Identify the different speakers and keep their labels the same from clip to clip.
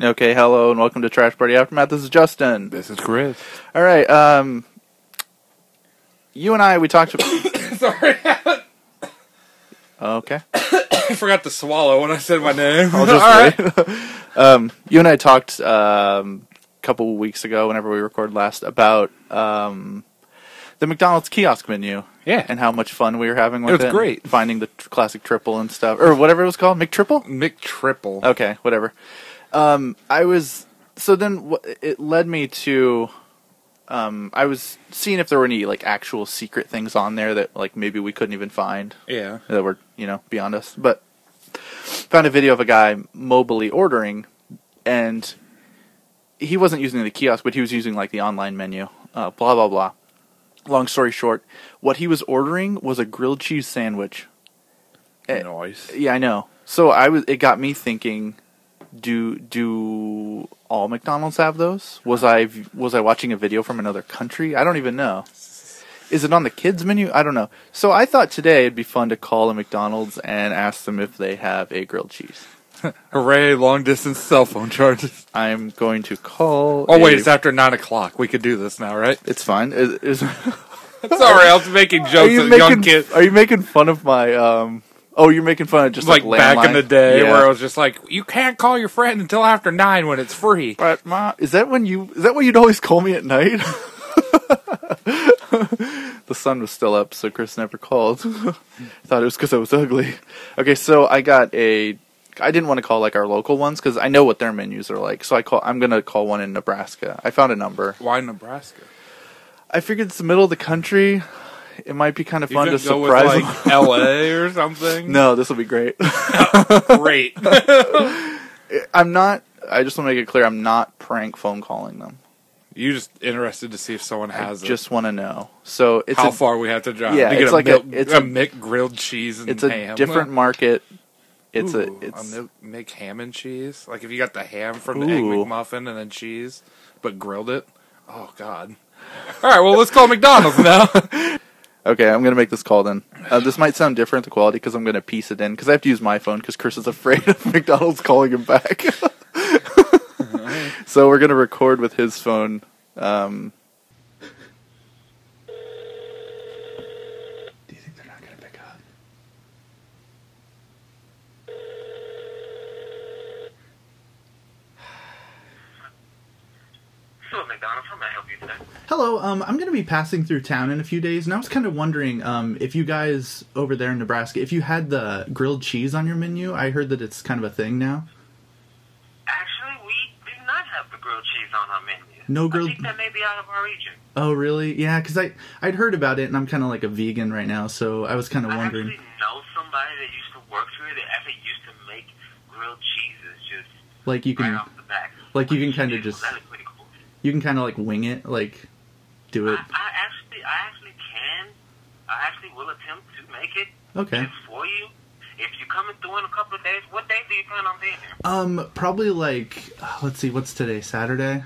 Speaker 1: Okay, hello, and welcome to Trash Party Aftermath. This is Justin.
Speaker 2: This is Chris.
Speaker 1: All right, um, you and I, we talked.
Speaker 2: Sorry,
Speaker 1: okay,
Speaker 2: I forgot to swallow when I said my name.
Speaker 1: I'll just wait. um, you and I talked um, a couple weeks ago, whenever we recorded last, about um, the McDonald's kiosk menu
Speaker 2: Yeah.
Speaker 1: and how much fun we were having with it.
Speaker 2: was
Speaker 1: and
Speaker 2: great.
Speaker 1: finding the tr- classic triple and stuff, or whatever it was called, McTriple.
Speaker 2: Mick Triple.
Speaker 1: Okay, whatever. Um, I was so then wh- it led me to. Um, I was seeing if there were any like actual secret things on there that like maybe we couldn't even find
Speaker 2: Yeah.
Speaker 1: that were you know beyond us. But found a video of a guy mobily ordering, and he wasn't using the kiosk, but he was using like the online menu. Uh, blah blah blah. Long story short, what he was ordering was a grilled cheese sandwich. Eh,
Speaker 2: Noise.
Speaker 1: Yeah, I know. So I was. It got me thinking. Do do all McDonald's have those? Was I was I watching a video from another country? I don't even know. Is it on the kids menu? I don't know. So I thought today it'd be fun to call a McDonald's and ask them if they have a grilled cheese.
Speaker 2: Hooray! Long distance cell phone charges.
Speaker 1: I'm going to call.
Speaker 2: Oh
Speaker 1: a-
Speaker 2: wait, it's after nine o'clock. We could do this now, right?
Speaker 1: It's fine. Is, is,
Speaker 2: Sorry, I was making
Speaker 1: are
Speaker 2: jokes
Speaker 1: you
Speaker 2: at
Speaker 1: making
Speaker 2: young kids.
Speaker 1: are you making fun of my um? Oh, you're making fun of just like,
Speaker 2: Like, back in
Speaker 1: landline?
Speaker 2: the day,
Speaker 1: Yeah.
Speaker 2: where I was just like, you can't call your friend until after nine when it's free.
Speaker 1: But ma, is that when you is that when you'd always call me at night? the sun was still up, so Chris never called. Thought it was because I was ugly. Okay, so I got a. I didn't want to call like our local ones because I know what their menus are like. So I call. I'm gonna call one in Nebraska. I found a number.
Speaker 2: Why Nebraska?
Speaker 1: I figured it's the middle of the country. It might be kind of
Speaker 2: You
Speaker 1: fun to
Speaker 2: couldn't go with,
Speaker 1: surprise. them.
Speaker 2: like L.A. or something.
Speaker 1: no, this will be great.
Speaker 2: great.
Speaker 1: I'm not. I just want to make it clear. I'm not prank phone calling them.
Speaker 2: you just interested to see if someone has
Speaker 1: I
Speaker 2: it.
Speaker 1: just want to know. So it's
Speaker 2: how
Speaker 1: a,
Speaker 2: far we have to drive
Speaker 1: Yeah,
Speaker 2: to get
Speaker 1: it's
Speaker 2: a,
Speaker 1: like
Speaker 2: milk,
Speaker 1: a- it's
Speaker 2: a,
Speaker 1: a-
Speaker 2: Mick grilled cheese and
Speaker 1: it's a
Speaker 2: ham.
Speaker 1: different market. It's
Speaker 2: Ooh,
Speaker 1: a it's
Speaker 2: milk, Mick ham and cheese. Like if you got the ham from the egg
Speaker 1: Ooh.
Speaker 2: McMuffin and then cheese, but grilled it. Oh God! All right, well let's call McDonald's now.
Speaker 1: okay. I'm gonna make this call then. Uh, this might sound different the quality because I'm gonna piece it in because I have to use my phone because Chris is afraid of McDonald's calling him back. so we're gonna record with his phone. Um, Do you think they're not gonna pick up?
Speaker 3: Hello, McDonald's. How may I help you today?
Speaker 1: Hello, um, I'm going to be passing through town in a few days, and I was kind of wondering um, if you guys over there in Nebraska, if you had the grilled cheese on your menu. I heard that it's kind of a thing now.
Speaker 3: Actually, we do not have the grilled cheese on our menu.
Speaker 1: No
Speaker 3: I
Speaker 1: grilled-
Speaker 3: think that may be out of our region.
Speaker 1: Oh, really? Yeah, because I I'd heard about it, and I'm kind of like a vegan right now, so I was kind of
Speaker 3: I
Speaker 1: wondering.
Speaker 3: actually know somebody that used to work here that actually used to make grilled cheeses just
Speaker 1: Like you
Speaker 3: right
Speaker 1: can
Speaker 3: off the back.
Speaker 1: like, you can kinda
Speaker 3: Well,
Speaker 1: just-
Speaker 3: that is pretty cool.
Speaker 1: you can kind of like wing it, like do
Speaker 3: I,
Speaker 1: it.
Speaker 3: I actually, I actually can. I actually will attempt to make it
Speaker 1: Okay.
Speaker 3: just for you. If you come through in a couple of days, what day do you plan on being here?
Speaker 1: Um, probably like uh, let's see, what's today? Saturday.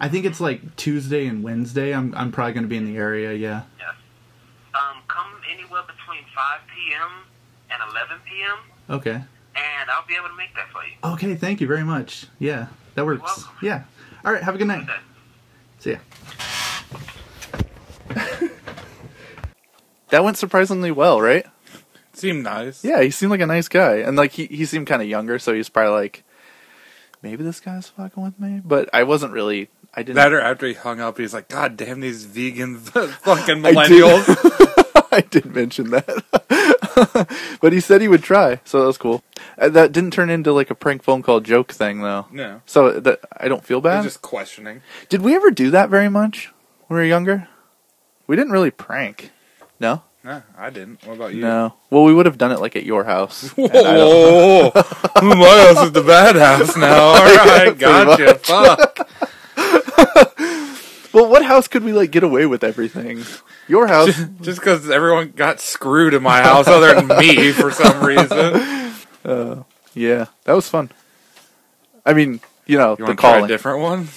Speaker 1: I think it's like Tuesday and Wednesday. I'm I'm probably going to be in the area. Yeah.
Speaker 3: Yes. Um, come anywhere between 5 p.m. and 11 p.m.
Speaker 1: Okay.
Speaker 3: and I'll be able to make that for you.
Speaker 1: Okay. Thank you very much. Yeah, that works.
Speaker 3: welcome.
Speaker 1: Yeah. All right. Have a good night.
Speaker 3: Okay.
Speaker 1: See ya. that went surprisingly well, right?
Speaker 2: Seemed nice.
Speaker 1: Yeah, he seemed like a nice guy, and like he he seemed kind of younger, so he's probably like, maybe this guy's fucking with me. But I wasn't really. I didn't.
Speaker 2: That or after he hung up, he's like, "God damn these vegan fucking
Speaker 1: I did-
Speaker 2: millennials."
Speaker 1: I did mention that, but he said he would try, so that was cool. Uh, That didn't turn into like a prank phone call joke thing, though.
Speaker 2: no,
Speaker 1: So that I don't feel
Speaker 2: he's
Speaker 1: bad.
Speaker 2: just questioning.
Speaker 1: Did we ever do that very much when we were younger? We didn't really prank. No.
Speaker 2: No, I didn't. What about you?
Speaker 1: No. Well, we would have done it like at your house.
Speaker 2: Whoa,
Speaker 1: And I don't-
Speaker 2: whoa, whoa. my house is the bad house now. All right, gotcha. Fuck.
Speaker 1: well, what house could we like get away with everything? Your house.
Speaker 2: Just because everyone got screwed in my house, other than me, for some reason.
Speaker 1: yeah, that was fun. I mean, you know,
Speaker 2: You
Speaker 1: the
Speaker 2: want to try a
Speaker 1: calling.
Speaker 2: different one?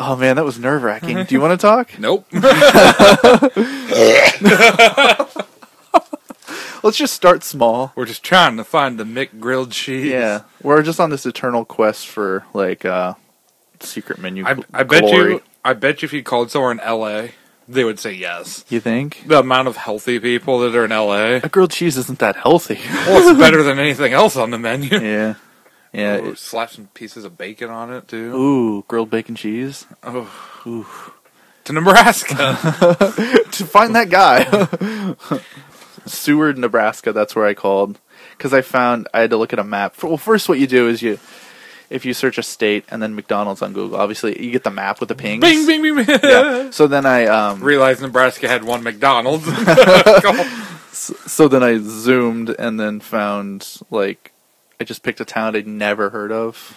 Speaker 1: Oh man, that was nerve wracking. Do you want to talk?
Speaker 2: Nope.
Speaker 1: Let's just start small.
Speaker 2: We're just trying to find the Mick grilled cheese.
Speaker 1: Yeah, we're just on this eternal quest for like uh secret menu.
Speaker 2: I,
Speaker 1: gl-
Speaker 2: I bet
Speaker 1: glory.
Speaker 2: you. I bet you if you called somewhere in L.A., they would say yes.
Speaker 1: You think
Speaker 2: The amount of healthy people that are in L.A.
Speaker 1: a grilled cheese isn't that healthy?
Speaker 2: Well, it's better than anything else on the menu.
Speaker 1: yeah, yeah.
Speaker 2: Ooh,
Speaker 1: it-
Speaker 2: slap some pieces of bacon on it too.
Speaker 1: Ooh, grilled bacon cheese.
Speaker 2: To Nebraska.
Speaker 1: to find that guy. Seward, Nebraska. That's where I called because I found I had to look at a map. F- Well, first, what you do is you, if you search a state and then McDonald's on Google, obviously you get the map with the pings.
Speaker 2: bing, bing, bing, bing.
Speaker 1: Yeah. So then I um.
Speaker 2: Realized Nebraska had one McDonald's.
Speaker 1: So then I zoomed and then found like I just picked a town I'd never heard of.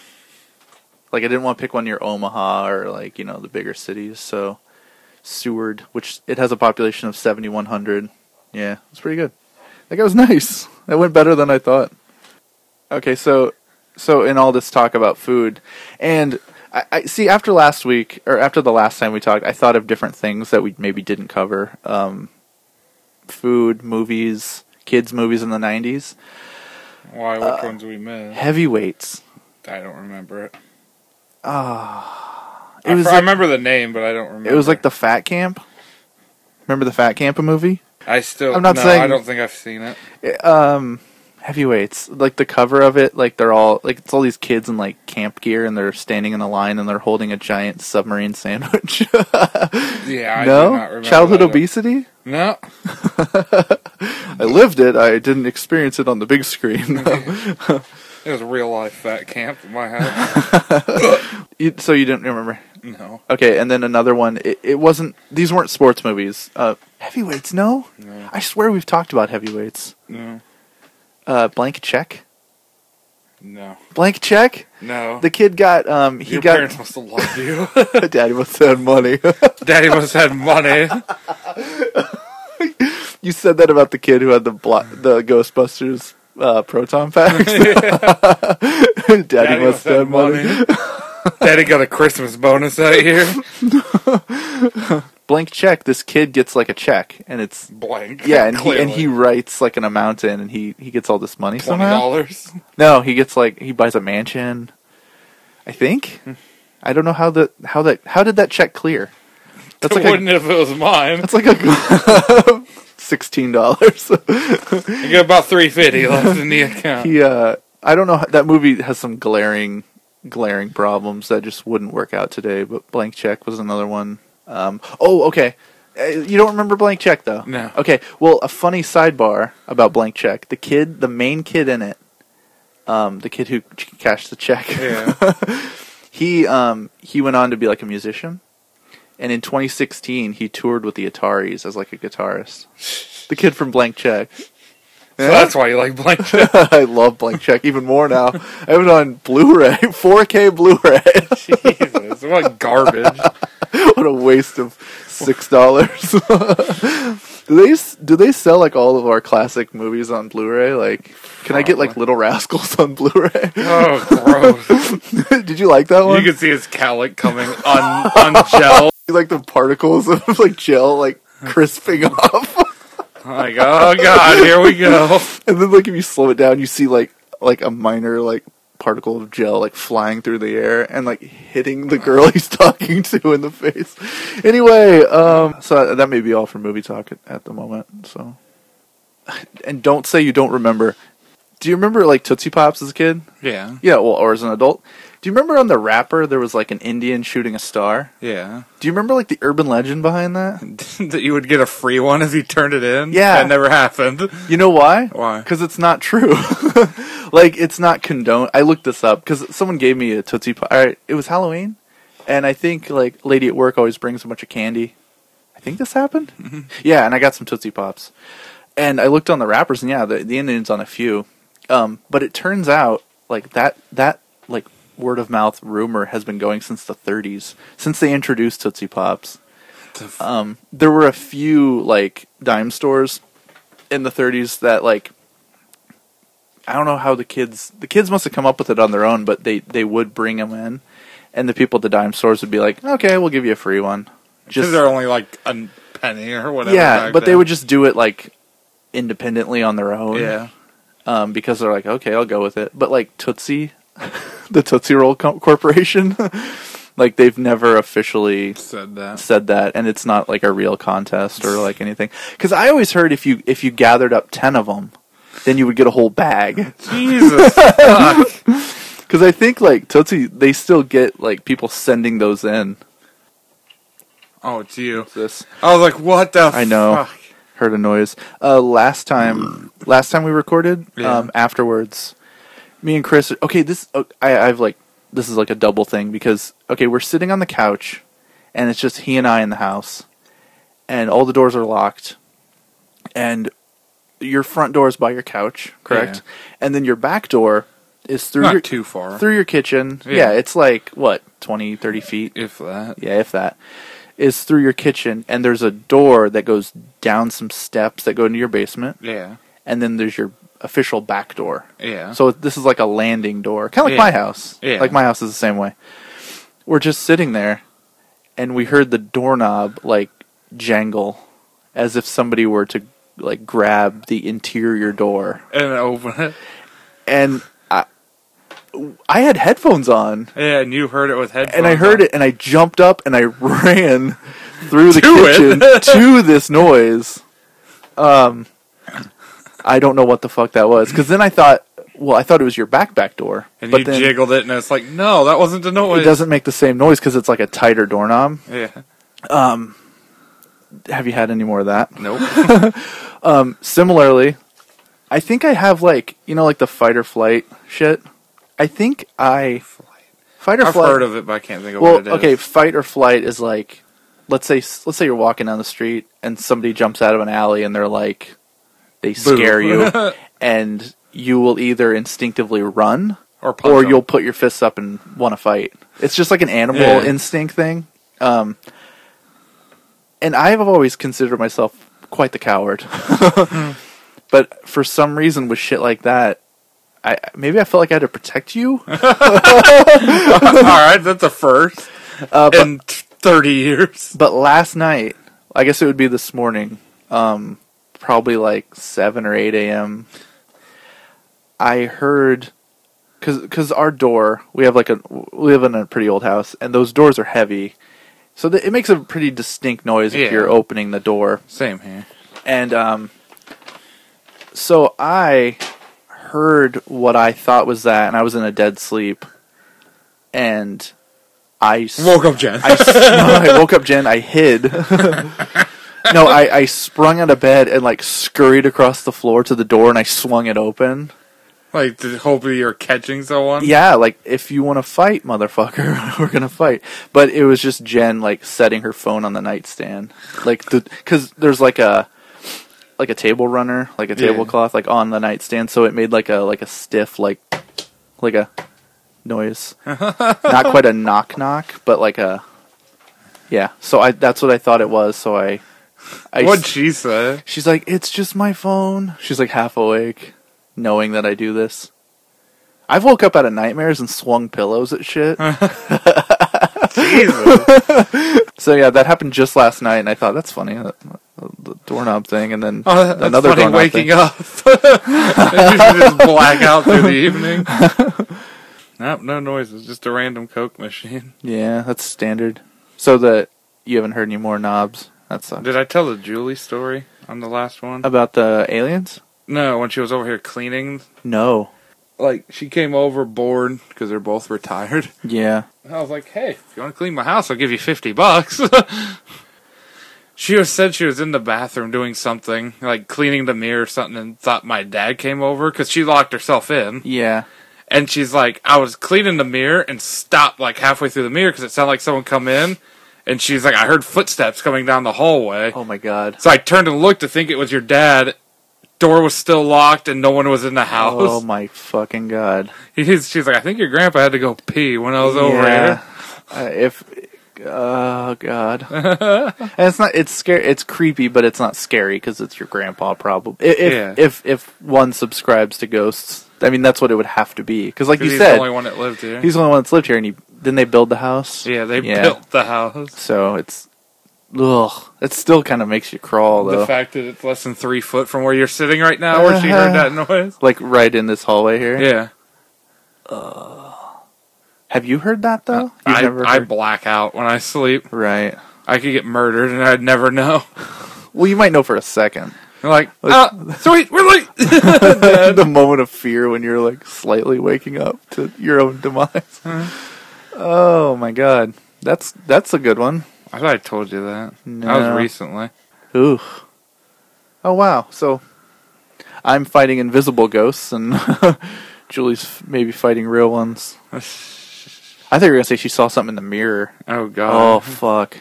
Speaker 1: Like I didn't want to pick one near Omaha or like you know the bigger cities. So Seward, which it has a population of seventy one hundred. Yeah, it's pretty good. That guy was nice. That went better than I thought. Okay, so so in all this talk about food, and I, I see after last week or after the last time we talked, I thought of different things that we maybe didn't cover. Um, food, movies, kids movies in the '90s,
Speaker 2: Why? Which ones we miss?
Speaker 1: heavyweights.
Speaker 2: I don't remember it.
Speaker 1: It
Speaker 2: I,
Speaker 1: was
Speaker 2: fr- I
Speaker 1: like,
Speaker 2: remember the name, but I don't remember.
Speaker 1: it was like the Fat Camp. Remember the Fat Camp movie?
Speaker 2: I still.
Speaker 1: I'm not
Speaker 2: no,
Speaker 1: saying-
Speaker 2: I don't think I've seen it.
Speaker 1: Um, heavyweights. Like the cover of it, like they're all like it's all these kids in like camp gear and they're standing in a line and they're holding a giant submarine sandwich.
Speaker 2: Yeah, I do not
Speaker 1: no,
Speaker 2: remember.
Speaker 1: childhood
Speaker 2: that.
Speaker 1: obesity.
Speaker 2: No,
Speaker 1: I lived it. I didn't experience it on the big screen.
Speaker 2: it was real life fat camp at my house.
Speaker 1: You- so you didn't remember?
Speaker 2: no,
Speaker 1: Okay, and then another one. It, it wasn't. These weren't sports movies. Uh, heavyweights? No?
Speaker 2: No.
Speaker 1: I swear we've talked about heavyweights.
Speaker 2: no,
Speaker 1: Uh, blank check.
Speaker 2: no,
Speaker 1: Blank check.
Speaker 2: no.
Speaker 1: The kid got. Um, he
Speaker 2: Your
Speaker 1: got.
Speaker 2: parents must have loved you.
Speaker 1: Daddy must have had money.
Speaker 2: Daddy must have had money.
Speaker 1: you said that about the kid who had the blo- the Ghostbusters uh, proton packs. Daddy,
Speaker 2: Daddy
Speaker 1: must have had money.
Speaker 2: Daddy got a Christmas bonus that year.
Speaker 1: Blank check. This kid gets like a check, and it's
Speaker 2: Blank.
Speaker 1: yeah, and he, and
Speaker 2: clearly.
Speaker 1: he writes like an amount in, and he he gets all this money
Speaker 2: twenty
Speaker 1: somehow.
Speaker 2: dollars.
Speaker 1: No, he gets like he buys a mansion. I think.
Speaker 2: Hmm.
Speaker 1: I don't know how that how that how did that check clear? That's like
Speaker 2: wouldn't
Speaker 1: a,
Speaker 2: if it was mine.
Speaker 1: that's like a sixteen dollars.
Speaker 2: I got about three fifty left in the account.
Speaker 1: he uh, I don't know how- that movie has some glaring glaring problems that just wouldn't work out today. But Blank Check was another one. Um, oh, okay. Uh, You don't remember Blank Check though?
Speaker 2: No.
Speaker 1: Okay. Well, a funny sidebar about Blank Check: the kid, the main kid in it, um, the kid who ch- cashed the check.
Speaker 2: Yeah.
Speaker 1: he um he went on to be like a musician and in 2016 he toured with the ataris as like a guitarist the kid from blank check
Speaker 2: So that's why you like blank check.
Speaker 1: i love blank check even more now i have it on blu-ray 4k blu-ray
Speaker 2: Jesus, what garbage.
Speaker 1: what a waste of six dollars do they s- do they sell like all of our classic movies on blu-ray like can i get like little rascals on blu-ray
Speaker 2: Oh, gross.
Speaker 1: did you like that one
Speaker 2: You can see his cowlick coming un ungelled.
Speaker 1: like the particles of like gel like crisping off
Speaker 2: Like, oh god, here we go.
Speaker 1: And then like if you slow it down, you see like like a minor like particle of gel like flying through the air and like hitting the girl he's talking to in the face. Anyway, um so that may be all for movie talk at, at the moment. So and don't say you don't remember. Do you remember like Tootsie Pops as a kid?
Speaker 2: Yeah,
Speaker 1: Yeah, well, or as an adult. Do you remember on the wrapper there was like an Indian shooting a star?
Speaker 2: yeah.
Speaker 1: Do you remember like the urban legend behind that?
Speaker 2: that you would get a free one if you turned it in.
Speaker 1: Yeah.
Speaker 2: that never happened.
Speaker 1: You know why?
Speaker 2: Why?
Speaker 1: Because it's not true. like it's not condoned. I looked this up because someone gave me a tootsie pop. All right, it was Halloween, and I think like lady at work always brings a bunch of candy. I think this happened. Yeah, and I got some tootsie pops, and I looked on the wrappers, and yeah, the, the Indians on a few. Um, but it turns out like that that like word of mouth rumor has been going since the 30s, since they introduced tootsie pops um, there were a few like dime stores in the 30s that like I don't know how the kids the kids must have come up with it on their own, but they they would bring them in, and the people at the dime stores would be like, "Okay, we'll give you a free one."
Speaker 2: Just
Speaker 1: Just
Speaker 2: they're only like a penny or whatever.
Speaker 1: yeah,
Speaker 2: back
Speaker 1: but they
Speaker 2: then.
Speaker 1: would just do it like independently on their own.
Speaker 2: Yeah.
Speaker 1: Um, because they're like, okay, I'll go with it. But like Tootsie, the Tootsie Roll Co- Corporation, like they've never officially
Speaker 2: Said that.
Speaker 1: said that, and it's not like a real contest or like anything. Because I always heard if you if you gathered up ten of them, then you would get a whole bag.
Speaker 2: Jesus. fuck.
Speaker 1: Because I think like Tootsie, they still get like people sending those in.
Speaker 2: Oh, it's you.
Speaker 1: This
Speaker 2: I was like, what the
Speaker 1: I know.
Speaker 2: fuck?
Speaker 1: heard a noise. Uh, last time, last time we recorded,
Speaker 2: Yeah.
Speaker 1: um, afterwards, me and Chris. Okay, this oh, I, I've like this is like a double thing because okay, we're sitting on the couch, and it's just he and I in the house, and all the doors are locked, and your front door is by your couch, correct? And then your back door is through
Speaker 2: Not
Speaker 1: your
Speaker 2: too far.
Speaker 1: through your kitchen.
Speaker 2: Yeah.
Speaker 1: yeah, it's like what 20, 30 feet
Speaker 2: if that.
Speaker 1: yeah, if that, is through your kitchen, and there's a door that goes down some steps that go into your basement,
Speaker 2: Yeah.
Speaker 1: and then there's your official back door.
Speaker 2: Yeah.
Speaker 1: So this is like a landing door, kind of like
Speaker 2: Yeah.
Speaker 1: my house.
Speaker 2: Yeah.
Speaker 1: Like my house is the same way. We're just sitting there, and we heard the doorknob like jangle, as if somebody were to like grab the interior door,
Speaker 2: and open it.
Speaker 1: and I, I had headphones on.
Speaker 2: Yeah, and you heard it with headphones.
Speaker 1: and I heard
Speaker 2: on.
Speaker 1: it, and I jumped up and I ran through the
Speaker 2: To
Speaker 1: kitchen
Speaker 2: it.
Speaker 1: to this noise. Um, I don't know what the fuck that was because then I thought, well, I thought it was your back back door,
Speaker 2: And
Speaker 1: but
Speaker 2: you
Speaker 1: then
Speaker 2: jiggled it, and it's like, no, that wasn't the
Speaker 1: it
Speaker 2: noise.
Speaker 1: doesn't make the same noise because it's like a tighter doorknob.
Speaker 2: Yeah.
Speaker 1: Have you had any more of that?
Speaker 2: Nope.
Speaker 1: Similarly, I think I have like you know like the fight or flight shit. I think I fight or
Speaker 2: I've
Speaker 1: flight.
Speaker 2: heard of it, but I can't think of
Speaker 1: Well,
Speaker 2: what it is.
Speaker 1: okay, fight or flight is like let's say let's say you're walking down the street and somebody jumps out of an alley and they're like they
Speaker 2: Boo.
Speaker 1: scare you and you will either instinctively run
Speaker 2: or punch
Speaker 1: or
Speaker 2: 'em.
Speaker 1: you'll put your fists up and want to fight. It's just like an animal
Speaker 2: Yeah.
Speaker 1: instinct thing. Um and I have always considered myself quite the coward.
Speaker 2: Hmm.
Speaker 1: but for some reason with shit like that I maybe I felt like I had to protect you.
Speaker 2: All right, that's a first
Speaker 1: Uh, but
Speaker 2: in t- thirty years.
Speaker 1: But last night, I guess it would be this morning, um, probably like seven or eight a.m. I heard because cause our door we have like a we live in a pretty old house and those doors are heavy, so that it makes a pretty distinct noise if
Speaker 2: Yeah.
Speaker 1: you're opening the door.
Speaker 2: Same here.
Speaker 1: And um, so I heard what I thought was that, and I was in a dead sleep, and I s-
Speaker 2: Woke up, Jen.
Speaker 1: I, s- no, I woke up Jen. I hid. no, I, I sprung out of bed and like scurried across the floor to the door and I swung it open.
Speaker 2: like, to hopefully you're catching someone.
Speaker 1: Yeah, like if you want to fight, motherfucker, we're gonna fight. But it was just Jen like setting her phone on the nightstand, like the because there's like a like a table runner, like a
Speaker 2: Yeah.
Speaker 1: tablecloth, like on the nightstand, so it made like a like a stiff like like a noise, not quite a knock knock, but like a yeah. So I that's what I thought it was. So I, I
Speaker 2: What she said.
Speaker 1: she's like, it's just my phone. She's like half awake, knowing that I do this. I've woke up out of nightmares and swung pillows at shit.
Speaker 2: Jesus.
Speaker 1: so yeah, that happened just last night, and I thought that's funny, uh, the doorknob thing, and then
Speaker 2: Oh, that's
Speaker 1: another
Speaker 2: funny
Speaker 1: doorknob
Speaker 2: waking
Speaker 1: thing.
Speaker 2: up. you should just black out through the evening. nope, no noises. Just a random Coke machine.
Speaker 1: Yeah, that's standard. So that you haven't heard any more knobs. That sucks.
Speaker 2: Did I tell the Julie story on the last one?
Speaker 1: About the aliens?
Speaker 2: No, when she was over here cleaning,
Speaker 1: No.
Speaker 2: like she came over bored because they're both retired.
Speaker 1: Yeah.
Speaker 2: And I was like, "Hey, if you want to clean my house, I'll give you fifty bucks." she was said she was in the bathroom doing something, like cleaning the mirror or something, and thought my dad came over because she locked herself in.
Speaker 1: Yeah.
Speaker 2: And she's like, "I was cleaning the mirror and stopped like halfway through the mirror because it sounded like someone come in." And she's like, "I heard footsteps coming down the hallway."
Speaker 1: Oh my god.
Speaker 2: So I turned and looked to think it was your dad. Door was still locked and no one was in the house.
Speaker 1: Oh my fucking god.
Speaker 2: He's, she's like, I think your grandpa had to go pee when I was over
Speaker 1: Yeah.
Speaker 2: here.
Speaker 1: Uh, if oh god. and it's not it's scary it's creepy but it's not scary cuz it's your grandpa probably. If if,
Speaker 2: Yeah.
Speaker 1: if if one subscribes to ghosts, I mean that's what it would have to be cuz like
Speaker 2: 'Cause
Speaker 1: you
Speaker 2: he's
Speaker 1: said
Speaker 2: the only one that lived here.
Speaker 1: he's the only one that's lived here and he didn't they build the house?
Speaker 2: yeah, they built the house.
Speaker 1: So it's Ugh, that still kind of makes you crawl though.
Speaker 2: The fact that it's less than three foot from where you're sitting right now, where she heard that noise.
Speaker 1: like right in this hallway here.
Speaker 2: Yeah,
Speaker 1: Have you heard that though? You've
Speaker 2: Uh, I,
Speaker 1: never
Speaker 2: I
Speaker 1: heard-
Speaker 2: black out when I sleep.
Speaker 1: right.
Speaker 2: I could get murdered and I'd never know.
Speaker 1: Well, you might know for a second.
Speaker 2: You're like, ah, sweet, we're late.
Speaker 1: the moment of fear when you're like slightly waking up to your own demise. Oh my god, that's that's a good one.
Speaker 2: I thought I told you that. That
Speaker 1: No.
Speaker 2: was recently.
Speaker 1: Ooh. Oh wow. So I'm fighting invisible ghosts, and Julie's f- maybe fighting real ones. I thought you were gonna say she saw something in the mirror.
Speaker 2: Oh
Speaker 1: Oh
Speaker 2: god,
Speaker 1: fuck!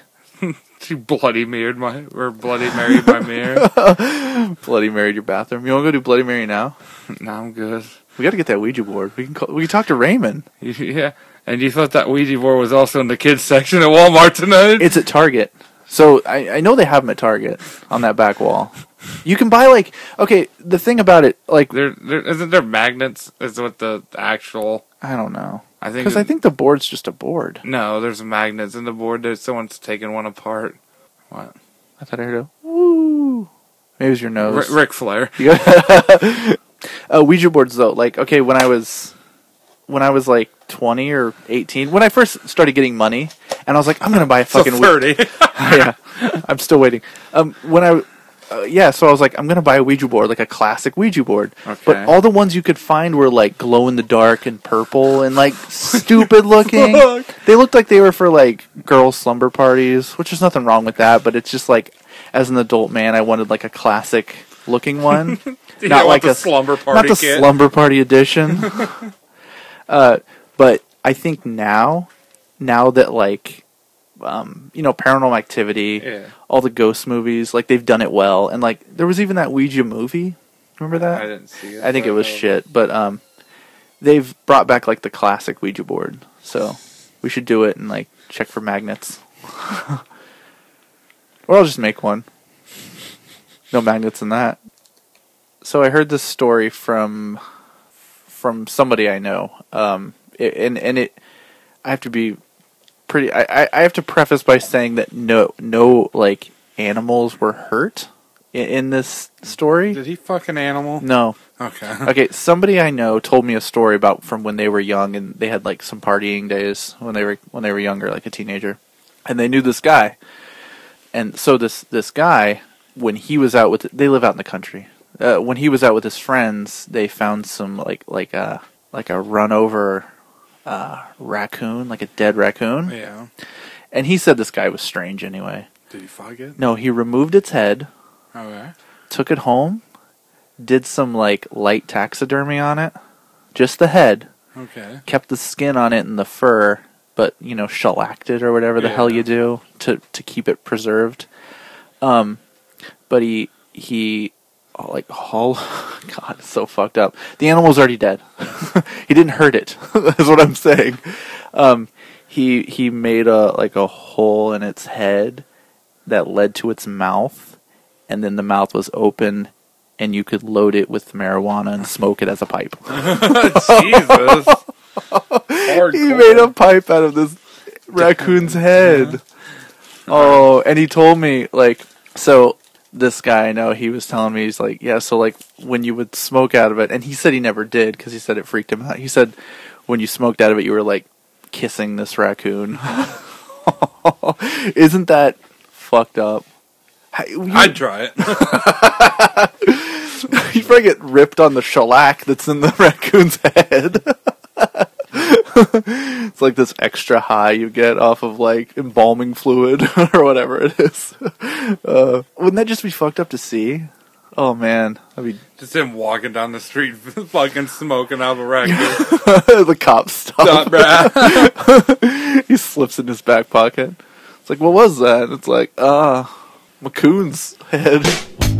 Speaker 2: she bloody mirrored my or bloody married my mirror.
Speaker 1: Bloody Mary, your bathroom. You want to go do Bloody Mary now?
Speaker 2: no, I'm good.
Speaker 1: We got to get that Ouija board. We can call, we can talk to Raymond.
Speaker 2: Yeah, and you thought that Ouija board was also in the kids section at Walmart tonight?
Speaker 1: It's at Target. So I, I know they have them at Target on that back wall. You can buy like okay. The thing about it, like
Speaker 2: there, there isn't there magnets. Is what the actual
Speaker 1: I don't know,
Speaker 2: I think.
Speaker 1: because I think the board's just a board.
Speaker 2: no, there's magnets in the board. There's someone's taking one apart. What?
Speaker 1: I thought I heard a woo. Maybe it was your
Speaker 2: R-
Speaker 1: nose.
Speaker 2: Ric Flair.
Speaker 1: You uh, Ouija boards though, like okay, when I was when I was like twenty or eighteen, when I first started getting money, and I was like, I'm gonna buy a
Speaker 2: So
Speaker 1: fucking Ouija.
Speaker 2: thirty.
Speaker 1: yeah, I'm still waiting. Um, when I uh, yeah, so I was like, I'm gonna buy a Ouija board, like a classic Ouija board.
Speaker 2: Okay.
Speaker 1: But all the ones you could find were like glow in the dark and purple and like stupid looking.
Speaker 2: Fuck.
Speaker 1: They looked like they were for like girl slumber parties, which is nothing wrong with that. But it's just like, as an adult man, I wanted like a classic looking one,
Speaker 2: You
Speaker 1: not
Speaker 2: want
Speaker 1: like
Speaker 2: the
Speaker 1: a
Speaker 2: slumber
Speaker 1: not
Speaker 2: party
Speaker 1: the
Speaker 2: kit.
Speaker 1: slumber party edition. uh, but I think now, now that like, um, you know, Paranormal Activity,
Speaker 2: Yeah.
Speaker 1: all the ghost movies, like they've done it well, and like there was even that Ouija movie. Remember that?
Speaker 2: I didn't see it.
Speaker 1: I think it was
Speaker 2: so-
Speaker 1: shit, but um, they've brought back like the classic Ouija board, so we should do it and like check for magnets, or I'll just make one. No magnets in that. So I heard this story from from somebody I know, um, it, and and it. I have to be pretty. I, I I have to preface by saying that no no like animals were hurt in, in this story.
Speaker 2: Did he fuck an animal?
Speaker 1: No,
Speaker 2: Okay.
Speaker 1: okay, somebody I know told me a story about from when they were young and they had like some partying days when they were when they were younger, like a teenager. And they knew this guy. And so this this guy when he was out with they live out in the country. Uh, when he was out with his friends, they found some like like a like a run over uh, raccoon, like a dead raccoon.
Speaker 2: Yeah.
Speaker 1: And he said this guy was strange anyway.
Speaker 2: Did he fuck it?
Speaker 1: No, he removed its head,
Speaker 2: Okay.
Speaker 1: took it home, did some like light taxidermy on it, just the head,
Speaker 2: Okay.
Speaker 1: kept the skin on it and the fur, but you know shellacked it or whatever the hell
Speaker 2: Yeah.
Speaker 1: you do to to keep it preserved. Um, but he he oh, like haul. God, it's so fucked up. The animal's already dead. he didn't hurt it. is what I'm saying. Um, he he made a like a hole in its head that led to its mouth, and then the mouth was open. And you could load it with marijuana and smoke it as a pipe.
Speaker 2: Jesus. Hardcore.
Speaker 1: He made a pipe out of this raccoon's head. Oh, and he told me like so this guy I know he was telling me he's like yeah so like when you would smoke out of it and he said he never did cuz he said it freaked him out. He said when you smoked out of it you were like kissing this raccoon. Isn't that fucked up? How- you-
Speaker 2: I'd try it.
Speaker 1: you probably get ripped on the shellac that's in the raccoon's head. it's like this extra high you get off of like embalming fluid or whatever it is. Uh, wouldn't that just be fucked up to see? Oh man, I mean,
Speaker 2: Just him walking down the street, fucking smoking out of a raccoon.
Speaker 1: the cops stop.
Speaker 2: Stop, bruh.
Speaker 1: he slips in his back pocket. It's like, what was that? It's like, ah, McCoon's head.